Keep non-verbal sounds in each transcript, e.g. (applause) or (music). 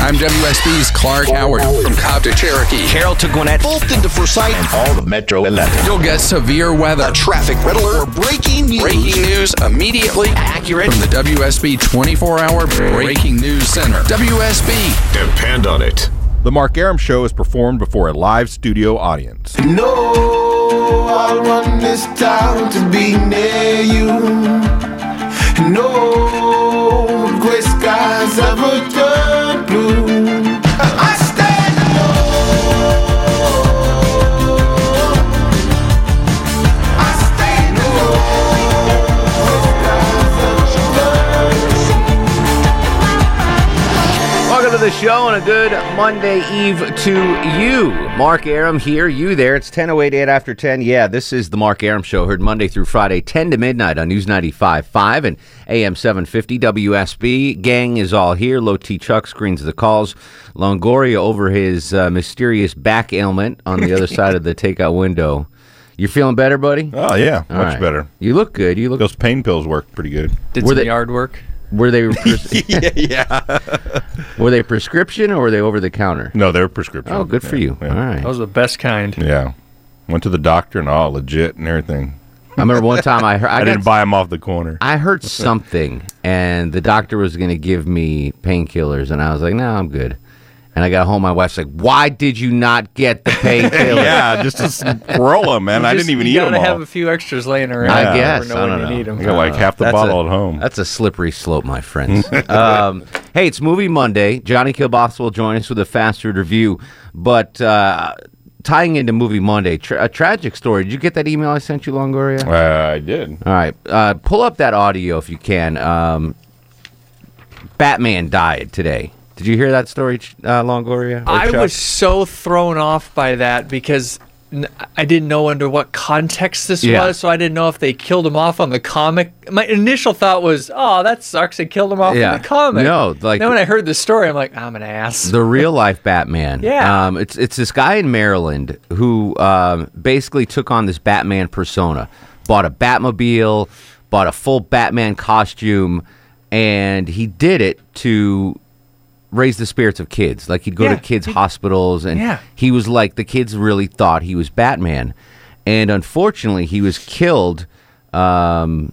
I'm WSB's Clark Howard from Cobb to Cherokee. Carroll to Gwinnett, Bolton to Forsyth, and all of Metro 11. You'll get severe weather, a traffic riddler, or breaking news. Breaking news immediately accurate from the WSB 24 hour Breaking News Center. WSB. Depend on it. The Mark Aram Show is performed before a live studio audience. No, I want this town to be near you. No, gray skies ever turn blue. I stand alone. I stand alone. Gray skies ever turn blue. Welcome to the show and a good Monday Eve to you. Mark Aram here, you there. It's 10.08, 8 after 10. Yeah, this is the Mark Aram Show, heard Monday through Friday, 10 to midnight on News 95.5 and AM 750 WSB. Gang is all here. Low T Chuck screens the calls. Longoria over his uh, mysterious back ailment on the (laughs) other side of the takeout window. You're feeling better, buddy? Oh, yeah. All much right. better. You look good. You look. Those pain pills work pretty good. Did Were some they- yard work. (laughs) Were they pres- yeah, yeah. were they prescription or were they over the counter? No, they're prescription. Oh, good for Yeah, you. Yeah. All right. That was the best kind. Yeah. Went to the doctor and all legit and everything. I remember one time I (laughs) heard I, I, got didn't buy them off the corner. (laughs) I heard something, and the doctor was going to give me painkillers, and I was like, "No, I'm good." And I got home. My wife's like, "Why did you not (laughs) get the painkillers?" yeah, just to scroll them, man. I didn't even you eat gotta them all. have a few extras laying around. I You never guess. know I when don't you know. need 'em. I got like half the Uh, That's bottle a- at home. That's a slippery slope, (laughs) my friends. um, hey, it's Movie Monday. Johnny Kilboss will join us with a fast food review, but uh, tying into Movie Monday, tra- a tragic story. Did you get that email I sent you, Longoria? Uh, I did. All right, uh, pull up that audio if you can. Um, Batman died today. Did you hear that story, Ch- uh, Longoria? Or I Chuck? was so thrown off by that because n- I didn't know under what context this Yeah. was, so I didn't know if they killed him off on the comic. My initial thought was, "Oh, that sucks! They killed him off on Yeah. the comic." No, like- then when I heard the story, I'm like, "I'm an ass." the real life Batman. Yeah. um, it's it's this guy in Maryland who um, basically took on this Batman persona, bought a Batmobile, bought a full Batman costume, and he did it to raise the spirits of kids. Like he'd go Yeah, to kids' he- hospitals, and Yeah. he was like the kids really thought he was Batman, and unfortunately, he was killed. Um,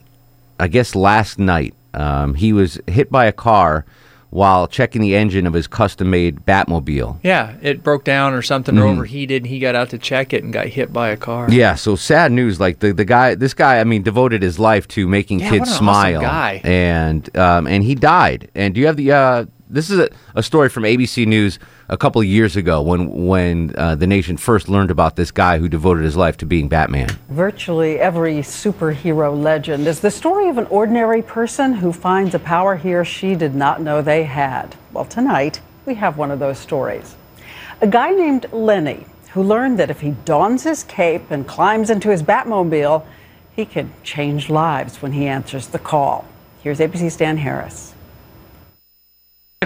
I guess last night. Um, he was hit by a car while checking the engine of his custom made Batmobile. yeah, it broke down or something, Mm. or overheated, and he got out to check it and got hit by a car. Yeah, so sad news. Like the, the guy, this guy, I mean, devoted his life to making Yeah, kids what an awesome smile. guy. And um, and he died. And do you have the? Uh, this is a, a story from ABC News a couple of years ago when when uh, the nation first learned about this guy who devoted his life to being Batman. Virtually every superhero legend is the story of an ordinary person who finds a power he or she did not know they had. Well, tonight, we have one of those stories. A guy named Lenny, who learned that if he dons his cape and climbs into his Batmobile, he can change lives when he answers the call. Here's ABC's Dan Harris.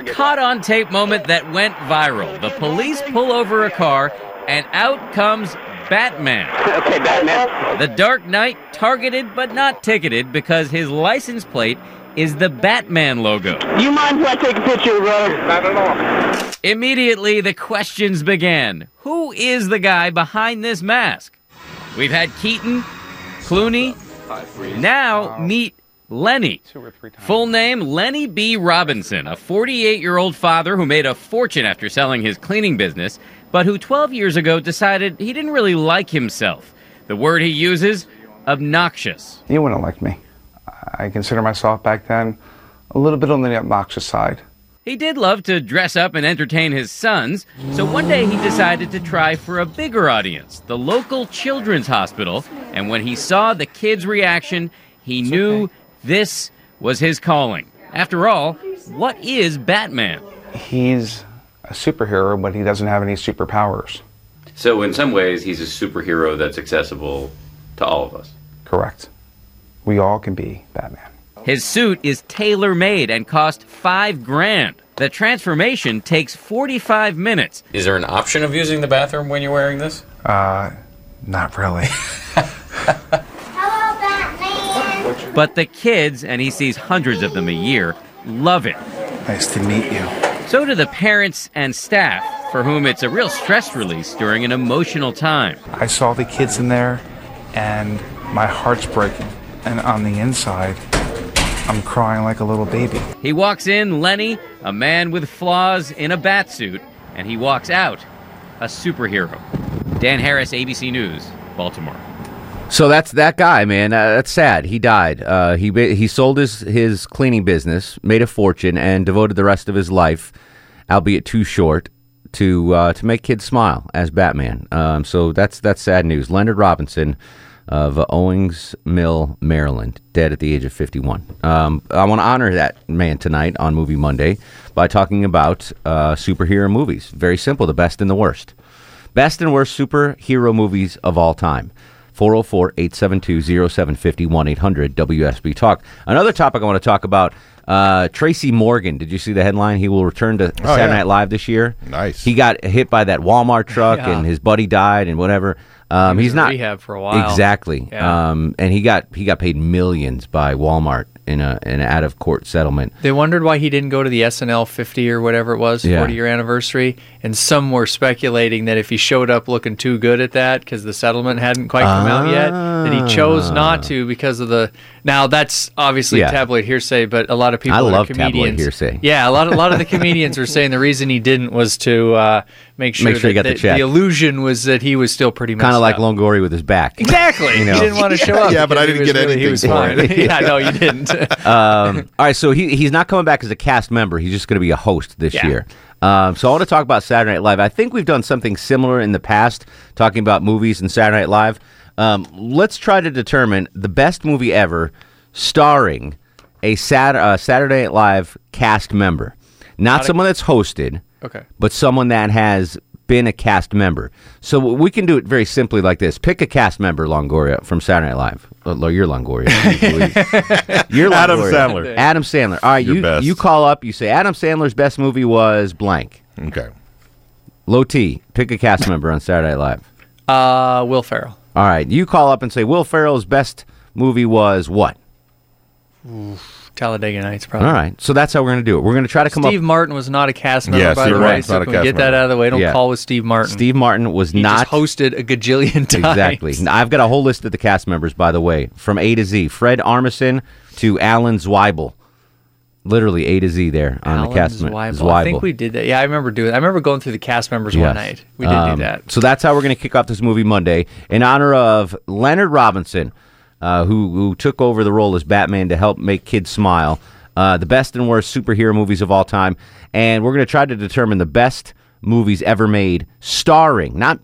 caught on tape moment that went viral. The police pull over a car, and out comes Batman. Okay, Batman. The Dark Knight targeted but not ticketed because his license plate is the Batman logo. You mind if I take a picture, brother? Not at all. Immediately, the questions began. Who is the guy behind this mask? We've had Keaton, Clooney, now meet Lenny. Full name Lenny B. Robinson, a 48 year old father who made a fortune after selling his cleaning business, but who 12 years ago decided he didn't really like himself. The word he uses obnoxious. You wouldn't like me. I consider myself back then a little bit on the obnoxious side. He did love to dress up and entertain his sons, so one day he decided to try for a bigger audience, the local children's hospital. And when he saw the kids' reaction, he knew this was his calling. After all, what is Batman? he's a superhero, but he doesn't have any superpowers. So in some ways, he's a superhero that's accessible to all of us. Correct. We all can be Batman. His suit is tailor made and cost five grand. The transformation takes 45 minutes. Is there an option of using the bathroom when you're wearing this? Uh, not really. But the kids, and he sees hundreds of them a year, love it. Nice to meet you. So do the parents and staff, for whom it's a real stress release during an emotional time. I saw the kids in there, and my heart's breaking. And on the inside, I'm crying like a little baby. He walks in, Lenny, a man with flaws in a bat suit, and he walks out, a superhero. Dan Harris, ABC News, Baltimore. So that's that guy, man. Uh, that's sad. He died. Uh, he ba- he sold his his cleaning business, made a fortune, and devoted the rest of his life, albeit too short, to uh, to make kids smile as Batman. Um, so that's that's sad news. Leonard Robinson of uh, Owings Mill, Maryland, dead at the age of 51. Um, I want to honor that man tonight on Movie Monday by talking about uh, superhero movies. Very simple, the best and the worst. Best and worst superhero movies of all time. 404 872 0750 800 WSB Talk. Another topic I want to talk about uh, Tracy Morgan. Did you see the headline? He will return to Oh, Saturday yeah. Night Live this year. Nice. He got hit by that Walmart truck Yeah. and his buddy died and whatever. Um, He was he's in not rehab for a while. Exactly. Yeah. Um, and he got he got paid millions by Walmart in a in an out of court settlement. They wondered why he didn't go to the SNL 50 or whatever it was, Yeah. 40 year anniversary. And some were speculating that if he showed up looking too good at that because the settlement hadn't quite come out yet, that he chose not to because of the. Now, that's obviously Ah. Yeah. tabloid hearsay, but a lot of people. I that are love tabloid comedians, hearsay. Yeah, a lot, a lot (laughs) of the comedians were saying the reason he didn't was to uh, make sure, Make sure that he got the that check. the illusion was that he was still pretty much. Kind of like Longoria with his back. Exactly. You know. He didn't want to show up. Yeah, but because I he didn't was get really- He anything was for fine. (laughs) it. yeah, no, you didn't. (laughs) Um, (laughs) all right, so he, he's not coming back as a cast member. He's just going to be a host this Yeah. year. Um, so I want to talk about Saturday Night Live. I think we've done something similar in the past, talking about movies and Saturday Night Live. Um, let's try to determine the best movie ever starring a Sat- uh, Saturday Night Live cast member, not someone that's hosted, Okay. but someone that has been a cast member. So we can do it very simply like this: pick a cast member, Longoria from Saturday Night Live. Oh, you're Longoria. You're Adam Longoria. Sandler. Adam Sandler. All right, Your you best. you call up. You say Adam Sandler's best movie was blank. Okay. Low T. Pick a cast member on Saturday Night Live. Uh, Will Ferrell. All right, you call up and say Will Ferrell's best movie was what? Talladega Nights, probably. All right, so that's how we're gonna do it. We're gonna try to come Steve up. Martin was not a cast member, Yes, by you're the right, way. it's So not a can we cast get that member. out of the way? Don't Yeah. call with Steve Martin. Steve Martin was He not just hosted a gajillion (laughs) times. (laughs) Exactly. Now, I've got a whole list of the cast members, by the way, from A to Z. Fred Armisen to Alan Zweibel. Literally A to Z there on Alan the cast mem- Zweibel. I think we did that. Yeah, I remember doing. I remember going through the cast members one Yes. night. We did Um, do that. So that's how we're going to kick off this movie Monday in honor of Leonard Robinson, uh, who who took over the role as Batman to help make kids smile. Uh, the best and worst superhero movies of all time, and we're going to try to determine the best movies ever made, starring not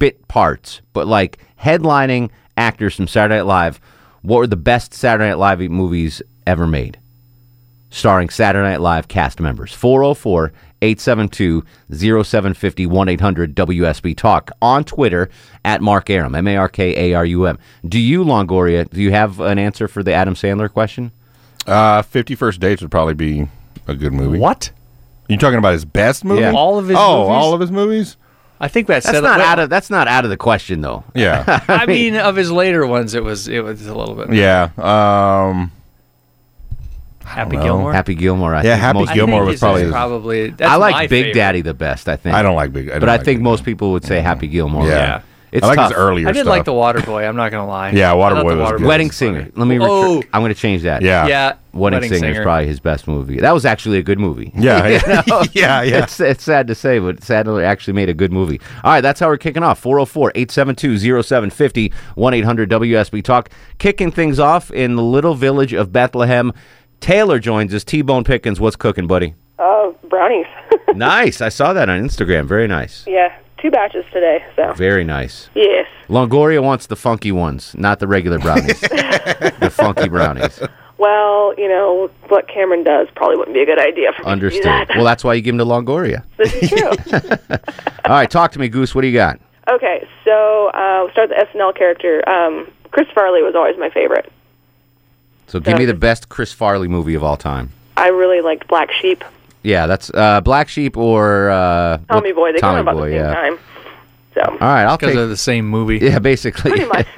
bit parts, but like headlining actors from Saturday Night Live. What were the best Saturday Night Live movies ever made? starring Saturday Night Live cast members. 404 872 0750 1 800 WSB Talk on Twitter at Mark Aram, M A R K A R U M. Do you, Longoria, do you have an answer for the Adam Sandler question? Uh, Fifty First Dates would probably be a good movie. What? You talking about his best movie? Yeah. All of his Oh, movies? all of his movies? I think that's That's not out of that's not out of the question though. (laughs) Yeah. I mean, of his later ones, it was it was a little bit. yeah. Um, Happy know. Gilmore. Happy Gilmore, I Yeah, think Happy most- I Gilmore. think was his probably is his- probably. That's I my like Big favorite. Daddy the best, I think. I don't like Big. I don't but I like think Big most Daddy. people would say Happy Gilmore. Yeah. Yeah. It's I like tough. his earlier. I did stuff. like the Water Boy. I'm not gonna lie. Yeah, I thought Waterboy the was Waterboy good. Wedding That's Singer. Let me retri- Oh. I'm going to change that. Yeah. Yeah. Wedding, Singer is probably his best movie. That was actually a good movie. (laughs) (laughs) Yeah, yeah, (laughs) yeah, yeah. It's, it's sad to say, but Sadler actually made a good movie. All right, that's how we're kicking off. 404 872 0750 1 800 WSB Talk. Kicking things off in the little village of Bethlehem. Taylor joins us. T Bone Pickens, what's cooking, buddy? Oh, brownies. (laughs) nice. I saw that on Instagram. Very nice. yeah, two batches today. So Very nice. yes, Longoria wants the funky ones, not the regular brownies. the funky brownies. well, you know, what Cameron does probably wouldn't be a good idea for me Understood. to do that. (laughs) Well, that's why you give him to Longoria. this is (laughs) true. All right, talk to me, Goose. What do you got? okay, so uh, we'll start with the SNL character. Um, Chris Farley was always my favorite. So give me the best Chris Farley movie of all time. I really liked Black Sheep. Yeah, that's uh, Black Sheep or uh, Tommy what- Boy. They Tommy came out about Boy, the same yeah. time. All right, I'll take. Because they're the same movie. Yeah, basically. Pretty much. (laughs)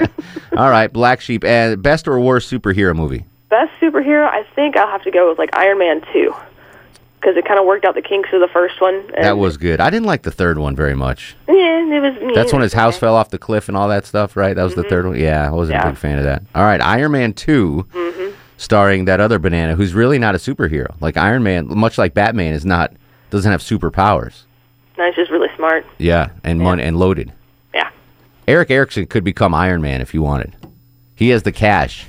all right, Black Sheep. And best or worst superhero movie? Best superhero, I think I'll have to go with like Iron Man two, because it kind of worked out the kinks of the first one. And, That was good. I didn't like the third one very much. Yeah, it was. That's when his house fell off the cliff and all that stuff, right? That was the third one. Yeah, I Mm-hmm. wasn't Yeah. Mm-hmm. a big fan of that. All right, Iron Man 2 starring that other banana who's really not a superhero. Like Iron Man, much like Batman, is not doesn't have superpowers. No, he's just really smart. Yeah, and mon- and loaded. Yeah. Eric Erickson could become Iron Man if he wanted. He has the cash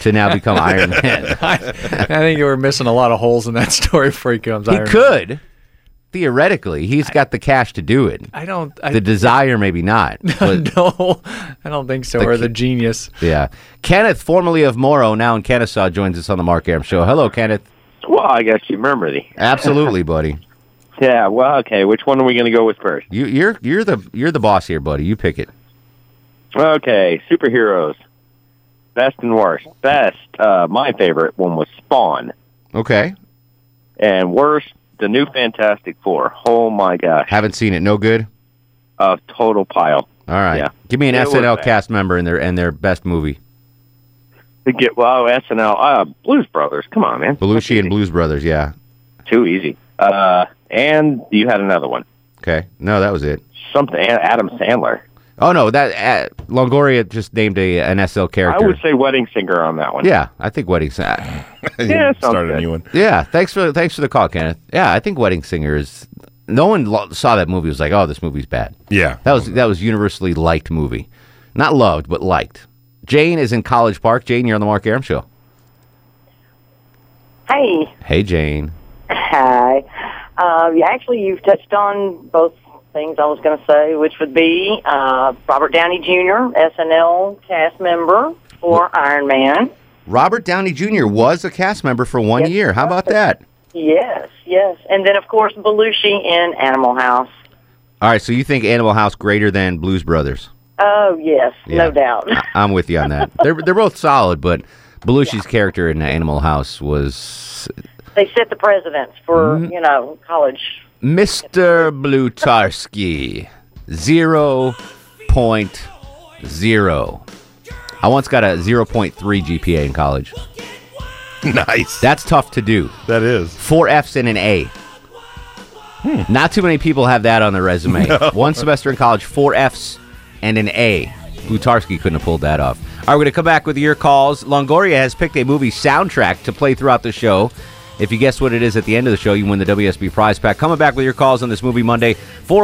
to now become Iron Man. I think you were missing a lot of holes in that (laughs) story before he comes. He Iron Man. could. Theoretically, he's got the cash to do it. I don't. I, the desire, maybe not. But (laughs) no, I don't think so. The or key- the genius. yeah. Kenneth, formerly of Morrow, now in Kennesaw, joins us on the Mark Aram Show. Hello, Kenneth. Well, I guess you remember the. Absolutely, buddy. Yeah. Well, okay. Which one are we going to go with first? You, you're you're the you're the boss here, buddy. You pick it. Okay, superheroes. Best and worst. Best. Uh, my favorite one was Spawn, Okay. and worst, the new Fantastic Four. Oh my gosh, Haven't seen it. No good. a total pile. All right. Yeah. Give me an It was SNL bad. cast member and their and their best movie. To get wow, SNL, uh, Blues Brothers. Come on, man, Belushi and Blues Brothers. Yeah. too easy. Uh, and you had another one, Okay. No, that was it. something Adam Sandler. Oh no, that uh, Longoria just named a an SL character. I would say Wedding Singer on that one. yeah, I think Wedding Singer. yeah, sounds Started a new one. yeah, thanks for thanks for the call, Kenneth. Yeah, I think Wedding Singer is. No one lo- saw that movie. Was like, oh, this movie's bad. Yeah. (laughs) That was that was universally liked movie, not loved but liked. Jane is in College Park. Jane, you're on the Mark Aram show. Hi. Hey, Jane. Hi. Um, yeah, actually, you've touched on both things I was going to say, which would be uh, Robert Downey Jr., SNL cast member for Iron Man. Robert Downey Jr. was a cast member for one year. How about that? Yes, yes. And then, of course, Belushi in Animal House. All right, so you think Animal House greater than Blues Brothers? Oh, yes, Yeah. no doubt. (laughs) I- I'm with you on that. They're they're both solid, but Belushi's character in Animal House was they set the precedents for, Mm. Mm-hmm. you know, college. Mr. Blutarski, zero point zero. I once got a zero point three GPA in college. Nice. That's tough to do. That is four Fs and an A. Not too many people have that on their resume. One semester in college, four Fs and an A. Blutarski couldn't have pulled that off. All right, we're going to come back with your calls. Longoria has picked a movie soundtrack to play throughout the show. If you guess what it is at the end of the show, you win the WSB prize pack. Coming back with your calls on this movie Monday,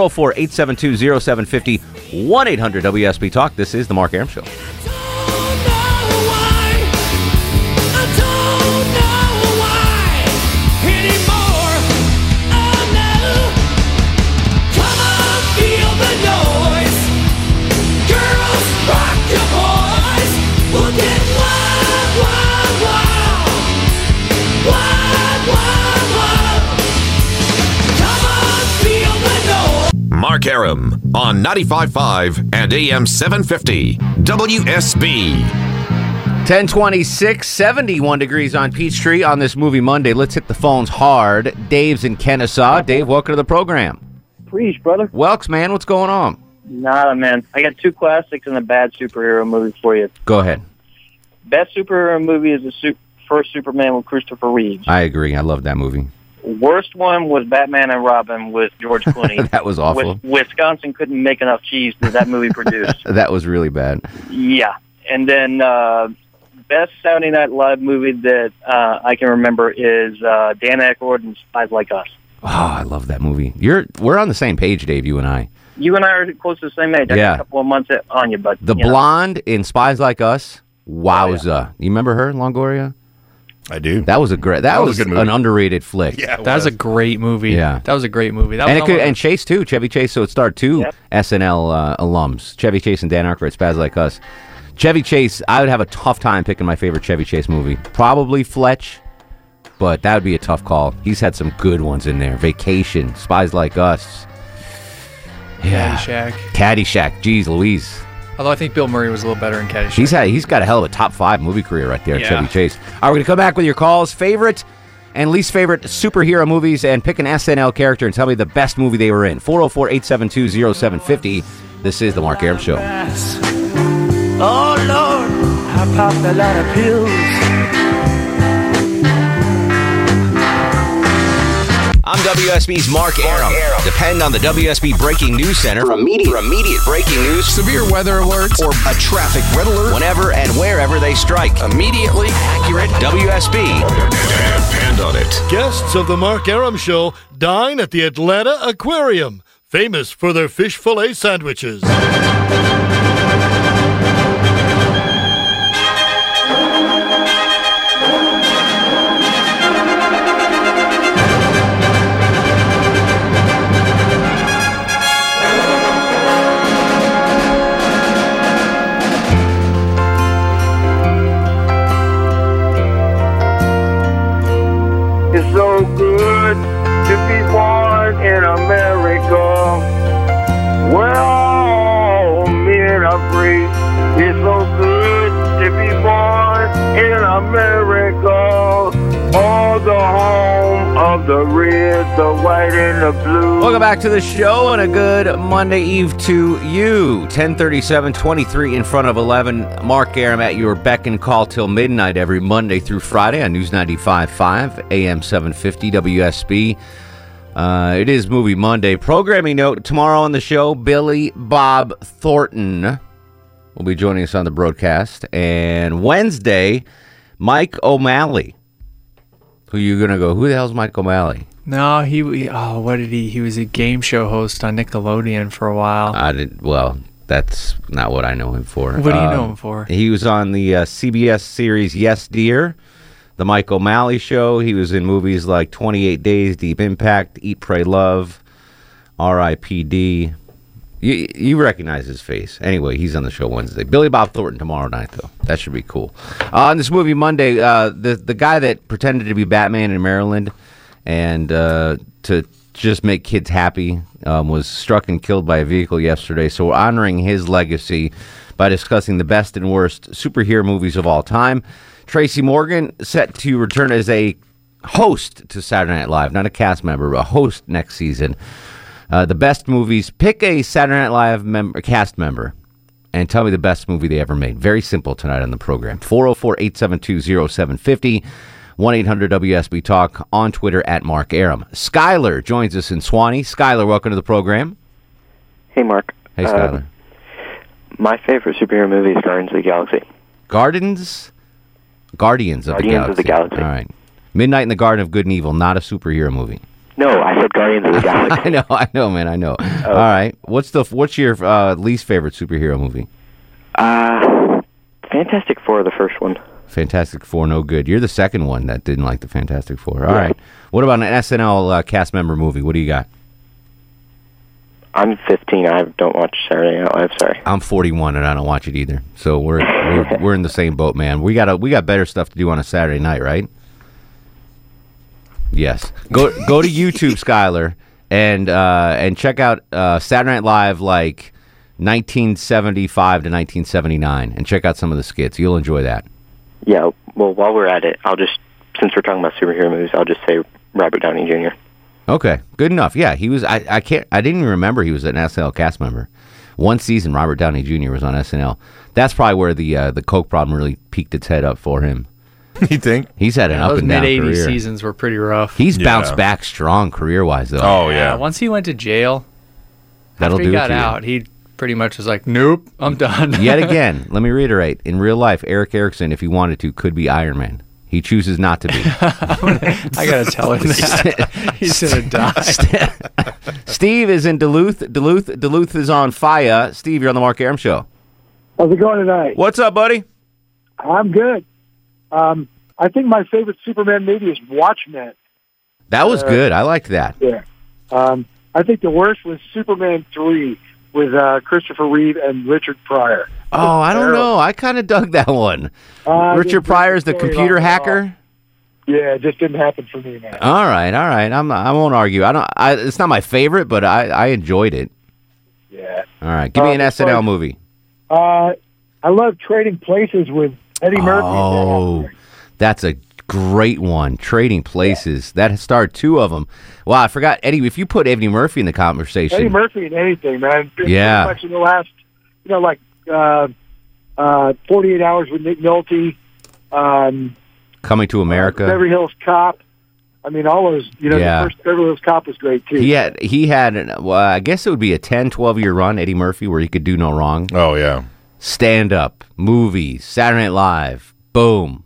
404 872 0750 1 800 WSB Talk. This is The Mark Aram Show. Mark Aram on 95.5 and AM 750 WSB. 1026, 71 degrees on Peachtree on this movie Monday. Let's hit the phones hard. Dave's in Kennesaw. Dave, welcome to the program. Preach, brother. Welks, man, what's going on? Nada, man. I got two classics and a bad superhero movie for you. Go ahead. Best superhero movie is the su- first Superman with Christopher Reeve. I agree. I love that movie. (laughs) Worst one was Batman and Robin with George (laughs) Clooney. That was awful. Wis- Wisconsin couldn't make enough cheese that that movie produced. That was really bad. Yeah, and then uh, best Saturday Night Live movie that uh, I can remember is uh, Dan Aykroyd and Spies Like Us. Oh, I love that movie. You're We're on the same page, Dave, you and I. You and I are close to the same age. I got Yeah. a couple of months on you, but The you know. blonde in Spies Like Us, wowza. You remember her, Longoria? I do. That was a great, that, That was was, a good movie. an underrated flick. Yeah, that was a great movie. Yeah. that was a great movie. That and, it was could, almost- and Chase too, Chevy Chase. So it starred two SNL uh, alums, Chevy Chase and Dan Aykroyd, Spaz Like Us. Chevy Chase, I would have a tough time picking my favorite Chevy Chase movie. Probably Fletch, but that would be a tough call. He's had some good ones in there. Vacation, Spies Like Us. Yeah. Caddyshack. Caddyshack. Jeez Louise. Although I think Bill Murray was a little better in Caddyshack. He's had he's got a hell of a top five movie career right there, Yeah. Chevy Chase. All right, we're gonna come back with your calls, favorite and least favorite superhero movies, and pick an SNL character and tell me the best movie they were in. 404-872-0750. This is the Mark Aram Show. Oh Lord, I popped a lot of pills. I'm WSB's Mark Aram. Depend on the WSB Breaking News Center for immediate, for immediate breaking news, severe weather alerts, or a traffic red alert whenever and wherever they strike. Immediately accurate WSB. Depend on it. Guests of the Mark Aram Show dine at the Atlanta Aquarium, famous for their fish fillet sandwiches. It's so good to be born in America. Where all men are free. It's so good to be born in America. All the home of the red, the white, and the blue. Welcome back to the show and a good Monday Eve to you. 1037, 23 in front of 11. Mark Aram at your beck and call till midnight every Monday through Friday on News 95.5 AM 750 WSB. Uh, it is Movie Monday. Programming note tomorrow on the show, Billy Bob Thornton will be joining us on the broadcast. And Wednesday, Mike O'Malley. Who you going to go? Who the hell's Mike O'Malley? No, he, he- oh, what did he? He was a game show host on Nickelodeon for a while. I did well. That's not what I know him for. Um, What do you know him for? He was on the uh, CBS series Yes Dear, the Mike O'Malley Show. He was in movies like 28 Days, Deep Impact, Eat, Pray, Love, R.I.P.D. You, you recognize his face. Anyway, he's on the show Wednesday. Billy Bob Thornton tomorrow night, though. That should be cool. Uh, on this movie Monday, uh, the the guy that pretended to be Batman in Maryland and uh, to just make kids happy um, was struck and killed by a vehicle yesterday. So we're honoring his legacy by discussing the best and worst superhero movies of all time. Tracy Morgan set to return as a host to Saturday Night Live, not a cast member, but a host next season. Uh, the best movies. Pick a Saturday Night Live mem- cast member and tell me the best movie they ever made. Very simple tonight on the program. 404 872 0750. 1 800 WSB Talk on Twitter at Mark Aram. Skyler joins us in Swanee. Skyler, welcome to the program. Hey, Mark. Hey, Uh, Skyler. My favorite superhero movie is Guardians of the Galaxy. Gardens? Guardians of Guardians the Galaxy. of the Galaxy. All right. Midnight in the Garden of Good and Evil, not a superhero movie. (laughs) No, I said Guardians of the Galaxy. I know, I know, man, I know. Oh. All right. What's the what's your uh, least favorite superhero movie? Uh, Fantastic Four, the first one. Fantastic Four, no good. You're the second one that didn't like the Fantastic Four. All right. What about an SNL uh, cast member movie? What do you got? I'm 15. I don't watch Saturday Night Live. Sorry. I'm 41 and I don't watch it either. So we're we're, we're in the same boat, man. We got we got better stuff to do on a Saturday night, right? Yes. Go go to YouTube, Skyler, and uh, and check out uh, Saturday Night Live like 1975 to 1979, and check out some of the skits. You'll enjoy that. Yeah. Well, while we're at it, I'll just since we're talking about superhero movies, I'll just say Robert Downey Jr. Okay, good enough. Yeah, he was. I, I can't. I didn't even remember he was an SNL cast member. One season, Robert Downey Jr. was on SNL. That's probably where the uh, the coke problem really peaked its head up for him. (laughs) you think he's had an Yeah, up those and down mid career? '80s seasons were pretty rough. Uh, He's bounced back strong career wise though. Oh, Once he went to jail, that'll after do he it got to you. out, he pretty much was like, "Nope, I'm done." (laughs) Yet again, let me reiterate: in real life, Eric Erickson, if he wanted to, could be Iron Man. He chooses (laughs) not to be. I gotta tell (laughs) him that (laughs) he's gonna die. Steve is in Duluth. Duluth. Duluth is on fire. Steve, you're on the Mark Aram show. How's it going tonight? What's up, buddy? I'm good. Um, I think my favorite Superman movie is Watchmen. That Uh, was good. I liked that. Yeah. Um, I think the worst was Superman 3 with uh, Christopher Reeve and Richard Pryor. Oh, I don't know. I kind of dug that one. Uh, Richard just- Pryor is the just going computer off. hacker. Yeah, it just didn't happen for me, man. All right, all right. I'm I won't argue. I don't. I, it's not my favorite, but I I enjoyed it. Yeah. All right, give me Uh, an it's SNL like- movie. Uh, I love trading places with Eddie Murphy. Oh, that's a great one. Trading Places. That starred two of them. Wow, I forgot Eddie. If you put Eddie Murphy in the conversation, Eddie Murphy in anything, man. Pretty Yeah. much in the last, you know, like uh, uh, 48 hours with Nick Nolte, um, Coming to America. Beverly Hills Cop. I mean, all those, you know, Yeah. the first Beverly Hills Cop was great, too. He had he had an, well, I guess it would be a 10, 12 year run Eddie Murphy where he could do no wrong. Oh yeah. Stand up, movies, Saturday Night Live, boom.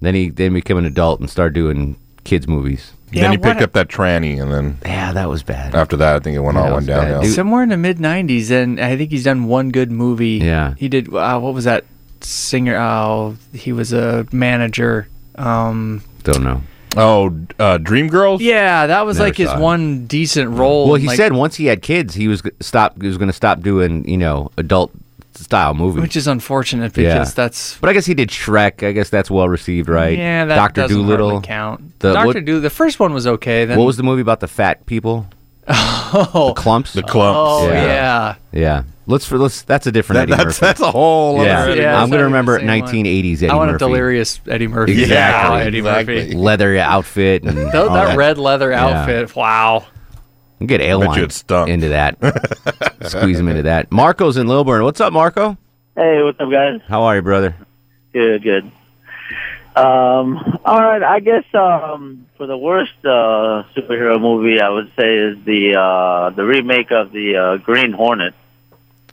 Then he then became an adult and started doing kids movies. Yeah, Then he picked what a- up that tranny and then Yeah, that was bad. After that, I think it went all went downhill. Somewhere in the mid '90s, and I think he's done one good movie. Yeah. he did. Uh, what was that singer? Oh, he was a manager. Um, Don't know. Oh, uh, Dream Girls. yeah, that was Never like his saw it. one decent role. Well, he like- said once he had kids, he was g- stop. He was going to stop doing you know adult style movies, which is unfortunate because that's. But I guess he did Shrek. I guess that's well received, right? Yeah, that Doctor doesn't hardly Doolittle count. The, Doctor what, Doolittle. The first one was okay. Then what was the movie about the fat people? Oh, The clumps. The clumps. Oh, yeah. Yeah. Let's for let's. That's a different. That- Eddie that's- Murphy. (laughs) that's a whole other Yeah. Eddie yeah Murphy. I'm gonna remember Same one. 1980s Eddie I want Murphy. a delirious Eddie Murphy. Exactly. Yeah, Eddie Murphy. Leather outfit. (laughs) And Tho- all that, red leather Yeah. outfit. Wow. Get airline into that. Squeeze him into that. Marco's in Lilburn. What's up, Marco? Hey, what's up, guys? How are you, brother? Good, good. Um, all right, I guess um, for the worst uh, superhero movie, I would say is the uh, the remake of the uh, Green Hornet.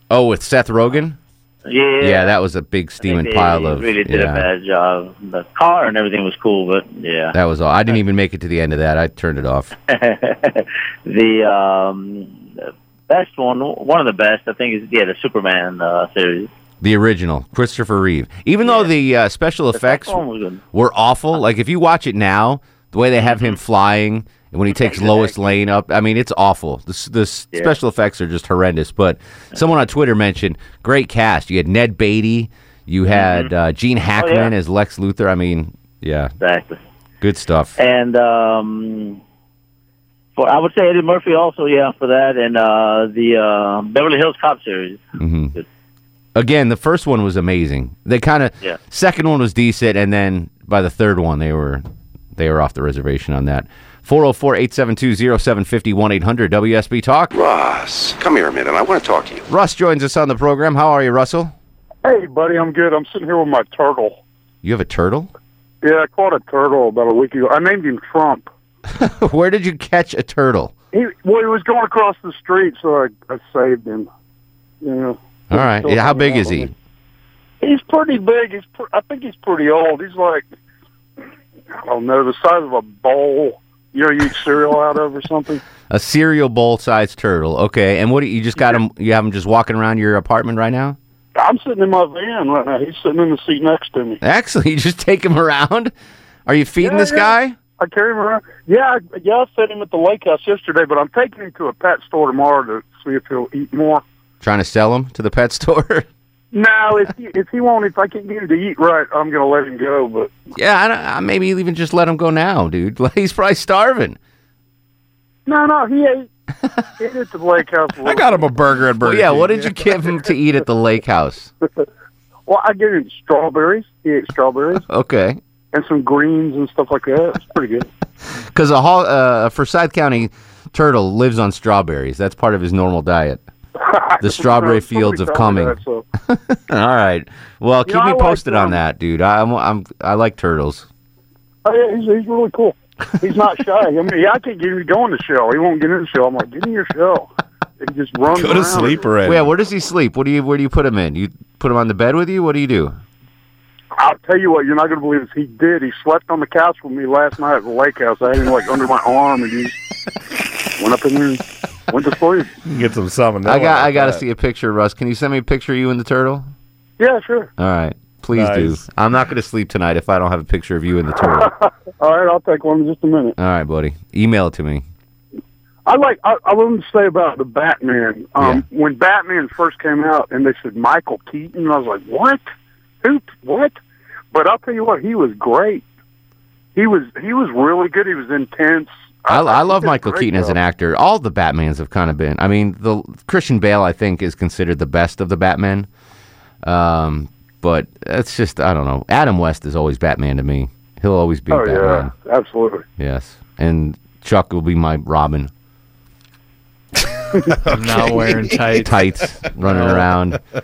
Oh, with Seth Rogen. Yeah, Yeah, that was a I big think steaming they pile of. really did yeah. a bad job. The car and everything was cool, but yeah, That was all. I didn't even make it to the end of that. I turned it off. the um, the best one, one of the best, I think, is yeah the Superman uh, series. The original, Christopher Reeve. Even though the uh, special effects second one was good. were awful, like if you watch it now, the way they have him flying and when he takes Lois Lane up, I mean, it's awful. The, s- the s Yeah. special effects are just horrendous. But someone on Twitter mentioned great cast. You had Ned Beatty, you had uh, Gene Hackman as Lex Luthor. I mean, yeah, exactly. Good stuff. And um, for I would say Eddie Murphy also, yeah, for that, and uh, the uh, Beverly Hills Cop series. hmm Again, the first one was amazing. They kind of Yeah. second one was decent, and then by the third one, they were they were off the reservation on that. 404-872-0750-1800 WSB Talk. Russ, come here a minute. I want to talk to you. Russ joins us on the program. How are you, Russell? Hey, buddy, I'm good. I'm sitting here with my turtle. You have a turtle? Yeah, I caught a turtle about a week ago. I named him Trump. (laughs) Where did you catch a turtle? He well, he was going across the street, so I, I saved him. Yeah, All right. Yeah, how big is he? he's pretty big. He's pr- I think he's pretty old. He's like I don't know the size of a bowl. You know, you eat cereal out of or something. A cereal bowl sized turtle. Okay. And what do you you just got him you have him just walking around your apartment right now? I'm sitting in my van right now. He's sitting in the seat next to me. Actually, (laughs) you just take him around? Are you feeding Yeah, this yeah. guy? I carry him around. Yeah, I, yeah, I fed him at the lake house yesterday, but I'm taking him to a pet store tomorrow to see if he'll eat more. Trying to sell him to the pet (laughs) store? No, if he, if he won't, if I can get him to eat right, I'm going to let him go. But Yeah, I don't, I maybe even just let him go now, dude. (laughs) He's probably starving. no, no, he ate. he ate at the lake house. I got him a burger at Burger yeah, what King. did you give him to eat at the lake house? Well, I gave him strawberries. He ate (laughs) strawberries Okay, and some greens and stuff like that. It's pretty good. because a hall, uh, a Forsyth County turtle lives on strawberries. That's part of his (laughs) normal diet. The strawberry fields of coming. That, so. All right. Well, keep know, I me like, posted on um, that, dude. I'm, I'm I like turtles. Oh, yeah, he's, he's really cool. He's not shy. I mean, yeah, I can get him to go in the shell. He won't get in the shell. I'm like, get in your shell. And he just runs around. Yeah. Where does he sleep? What do you Where do you put him in? You put him on the bed with you? What do you do? I'll tell you what, you're not going to believe this. He did. He slept on the couch with me last night at the lake house. I had him like under my arm, and he went up in there, and went to sleep. Get some salmonella. I got I got to that. see a picture, Russ. Can you send me a picture of you and the turtle? Yeah, sure. All right. Please Nice. do. I'm not going to sleep tonight if I don't have a picture of you and the turtle. All right, I'll take one in just a minute. All right, buddy. Email it to me. I like. I, I wanted to say about the Batman. Um, When Batman first came out, and they said Michael Keaton, I was like, "What? Who? What?" But I'll tell you what, he was great. He was he was really good. He was intense. I, I love did a Michael great Keaton as an actor. All the Batmans have kind of been. I mean, the Christian Bale, I think, is considered the best of the Batman. Um, but that's just I don't know. Adam West is always Batman to me. He'll always be Oh Batman. yeah, absolutely. Yes, and Chuck will be my Robin. I'm not wearing tights. (laughs) Tights, running No. around. I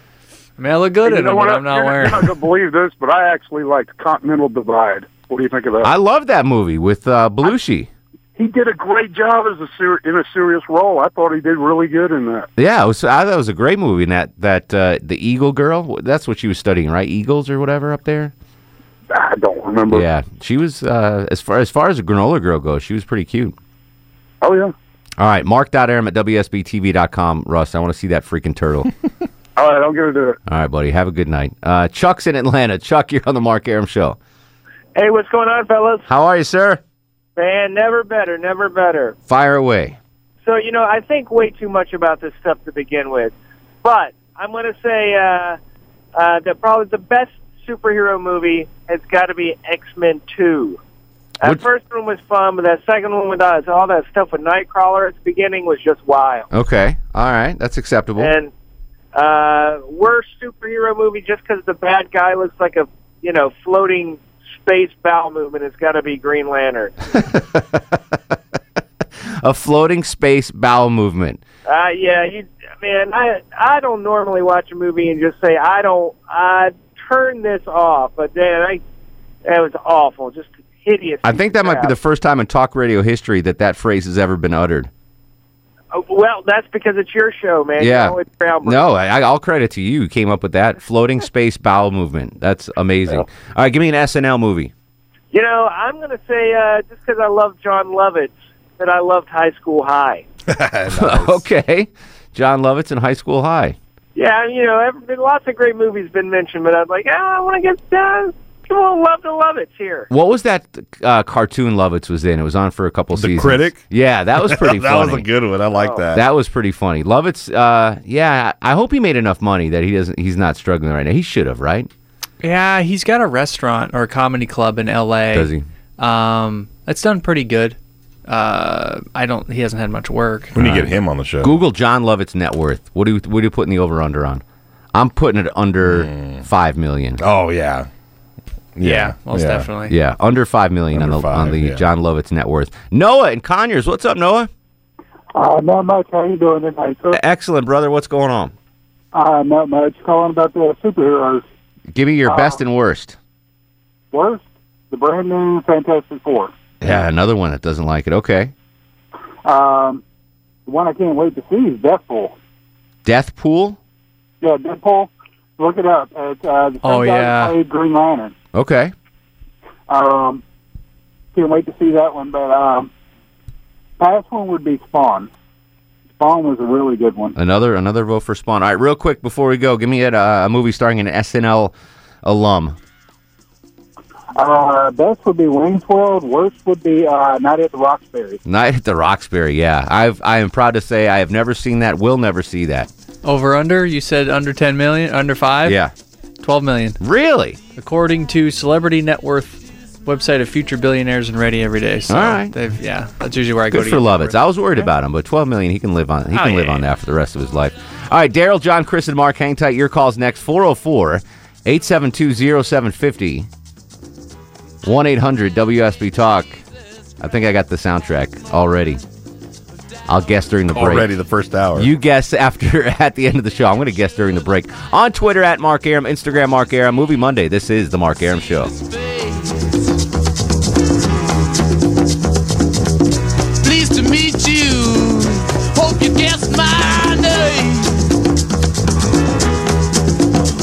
mean, I look good You in know them, what? but I'm not you're, wearing. You're not gonna believe this, but I actually liked Continental Divide. What do you think of that? I love that movie with uh, Belushi. he did a great job as a ser- in a serious role. I thought he did really good in that. Yeah, it was, I thought it was a great movie. And that that uh, the Eagle girl. That's what she was studying, right? Eagles or whatever up there. I don't remember. Yeah, she was uh, as far as far as a granola girl goes. She was pretty cute. Oh yeah. All right, mark.aram at wsbtv.com. Russ, I want to see that freaking turtle. All right, I'm gonna do it. All right, buddy. Have a good night. Uh, Chuck's in Atlanta. (laughs) Chuck, you're on the Mark Aram show. Hey, what's going on, fellas? How are you, sir? Man, never better, never better. Fire away. So, you know, I think way too much about this stuff to begin with. But I'm going to say uh, uh, that probably the best superhero movie has got to be X Men 2. That Which- first one was fun, but that second one with us, all that stuff with Nightcrawler at the beginning was just wild. Okay. All right. That's acceptable. And uh, worst superhero movie just because the bad guy looks like a, you know, floating space bowel movement has got to be Green (laughs) Lantern. a floating space bowel movement. Uh, yeah, you, man, I I don't normally watch a movie and just say I don't I turn this off, but then I that was awful, just hideous. I think that might be the first time in talk radio history that that phrase has ever been uttered. Oh, well, that's because it's your show, man. yeah. You know, it's Brown Brothers. No, I, all credit to you. You came up with that floating space bowel movement. That's amazing. All right, give me an SNL movie. (laughs) You know, I'm gonna say uh, just because I love John Lovitz that I loved High School High. okay. John Lovitz in High School High. Yeah, you know, every, been- lots of great movies been mentioned, but I was like, ah, I want to get down. Come on, love to Lovitz here. What was that uh, cartoon Lovitz was in? It was on for a couple seasons. Critic? Yeah, (laughs) that was pretty That was funny. Oh. a good one. I like that. That was pretty funny. Lovitz, uh, yeah, I hope he made enough money that he doesn't. He's not struggling right now. He should have, right? Yeah, he's got a restaurant or a comedy club in L.A. Does he? Um, it's done pretty good. Uh, I don't. He hasn't had much work. We need to Uh, get him on the show. Google John Lovitz net worth. What do you, what are you putting the over under on? I'm putting it under Hmm. five million. Oh yeah, Yeah, most definitely. Yeah, under five million on the on the John Lovitz net worth. Noah and Conyers, what's up, Noah? Uh, not much. How you doing tonight, sir? Excellent, brother. What's going on? Uh, not much. Calling about the superheroes. Give me your Uh, best and worst. Worst, the brand new Fantastic Four. Yeah, another one that doesn't like it. Okay, Um, the one I can't wait to see is Deathpool. Deathpool. Yeah, Deathpool. Look it up. It's uh, the same Oh, guy yeah. that played Green Lantern. Okay, Um, can't wait to see that one. But um, last one would be Spawn. Spawn was a really good one. another another vote for Spawn. All right, real quick before we go, give me a, a movie starring an SNL alum. Uh, best would be Wayne's World. Worst would be uh, Night at the Roxbury. Night at the Roxbury. Yeah, I've I am proud to say I have never seen that. Will never see that. Over under? You said under ten million? Under five? Yeah. Twelve million. Really? According to Celebrity Net Worth website of future billionaires and ready every day. So All right. They've, yeah, that's usually where I go Good to for get Lovitz. I was worried about him, but twelve million he can live on. He Oh, can yeah, live on that for the rest of his life. All right, Daryl, John, Chris, and Mark, hang tight. Your calls next 404 872 0750 1 800 WSB Talk. I think I got the soundtrack already. I'll guess during the break. Already the first hour. You guess after (laughs) at the end of the show. I'm going to guess during the break. On Twitter at Mark Aram, Instagram Mark Aram, Movie Monday. This is the Mark Aram Show. Pleased to meet you. Hope you guessed my name.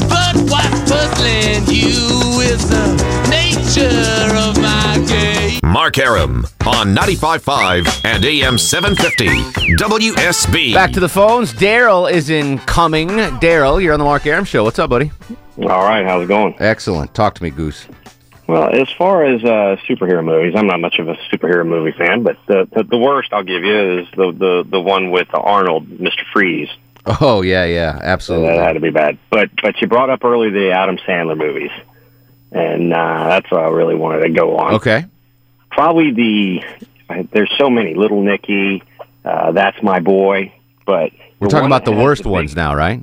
But what's puzzling you is the nature of my game. Mark Aram on 95.5 and AM 750. WSB. Back to the phones. Daryl is incoming. Daryl, you're on the Mark Aram Show. What's up, buddy? All right, how's it going? Excellent. Talk to me, Goose. Well, as far as uh, superhero movies, I'm not much of a superhero movie fan, but the the, the worst I'll give you is the, the the one with Arnold, Mr. Freeze. Oh yeah, yeah, absolutely. That had to be bad. But but you brought up early the Adam Sandler movies, and uh, that's what I really wanted to go on. Okay. Probably the I- there's so many Little Nicky, uh, That's My Boy, but We're the talking one about the that has worst ones now, right?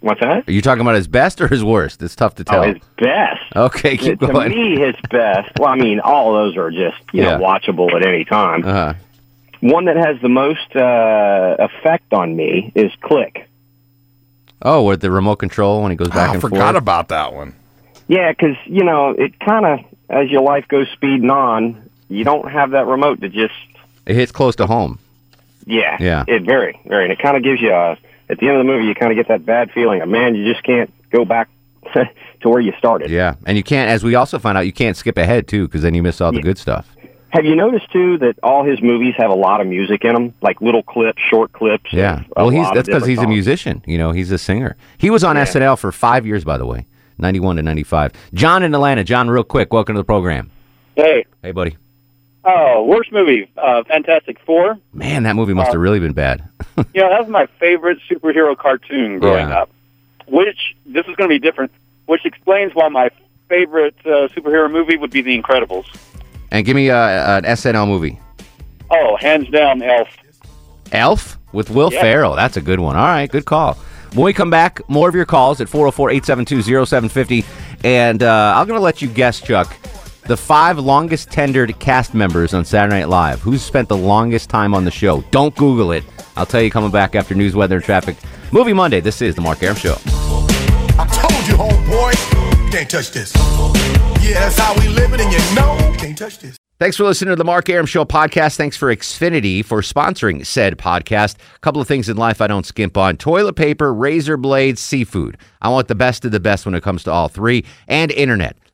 What's that? Are you talking about his best or his worst? It's tough to tell. Oh, his best. Okay, keep to going. me, his best. Well, I mean, all those are just you Yeah. know watchable at any time. Uh-huh. One that has the most uh, effect on me is Click. oh, with the remote control when he goes back I and forth. forgot Ah, about that one. Yeah, because you know it kind of as your life goes speeding on, you don't have that remote to just It hits close to home. yeah Yeah. It very very and it kind of gives you a, at the end of the movie you kind of get that bad feeling of man you just can't go back (laughs) to where you started. Yeah, and you can't. As we also found out, you can't skip ahead too, because then you miss all the good stuff. Have you noticed too that all his movies have a lot of music in them, like little clips, short clips? Yeah. a Well, he's lot of that's because different he's a songs. musician. You know, he's a singer. He was on SNL for five years, by the way, ninety one to ninety five. John in Atlanta. John, real quick, welcome to the program. Hey, Hey, buddy. oh, worst movie, uh, Fantastic Four. Man, that movie Uh, must have really been bad. you know, that was my favorite superhero cartoon growing Yeah. up. Which this is going to be different, which explains why my favorite uh, superhero movie would be The Incredibles. And give me uh, an SNL movie. Oh, hands down, Elf. Elf with Will Yeah. Ferrell. That's a good one. All right, good call. When we come back, more of your calls at 404-872-0750. And uh, I'm going to let you guess, Chuck, the five longest tendered cast members on Saturday Night Live. Who's spent the longest time on the show? Don't Google it. I'll tell you coming back after news, weather, and traffic. Movie Monday. This is The Mark Aram Show. I told you, homeboy, can't touch this. Yeah, that's how we living, and you know, can't touch this. Thanks for listening to the Mark Aram Show podcast. Thanks for Xfinity for sponsoring said podcast. A couple of things in life I don't skimp on toilet paper, razor blades, seafood. I want the best of the best when it comes to all three, and internet.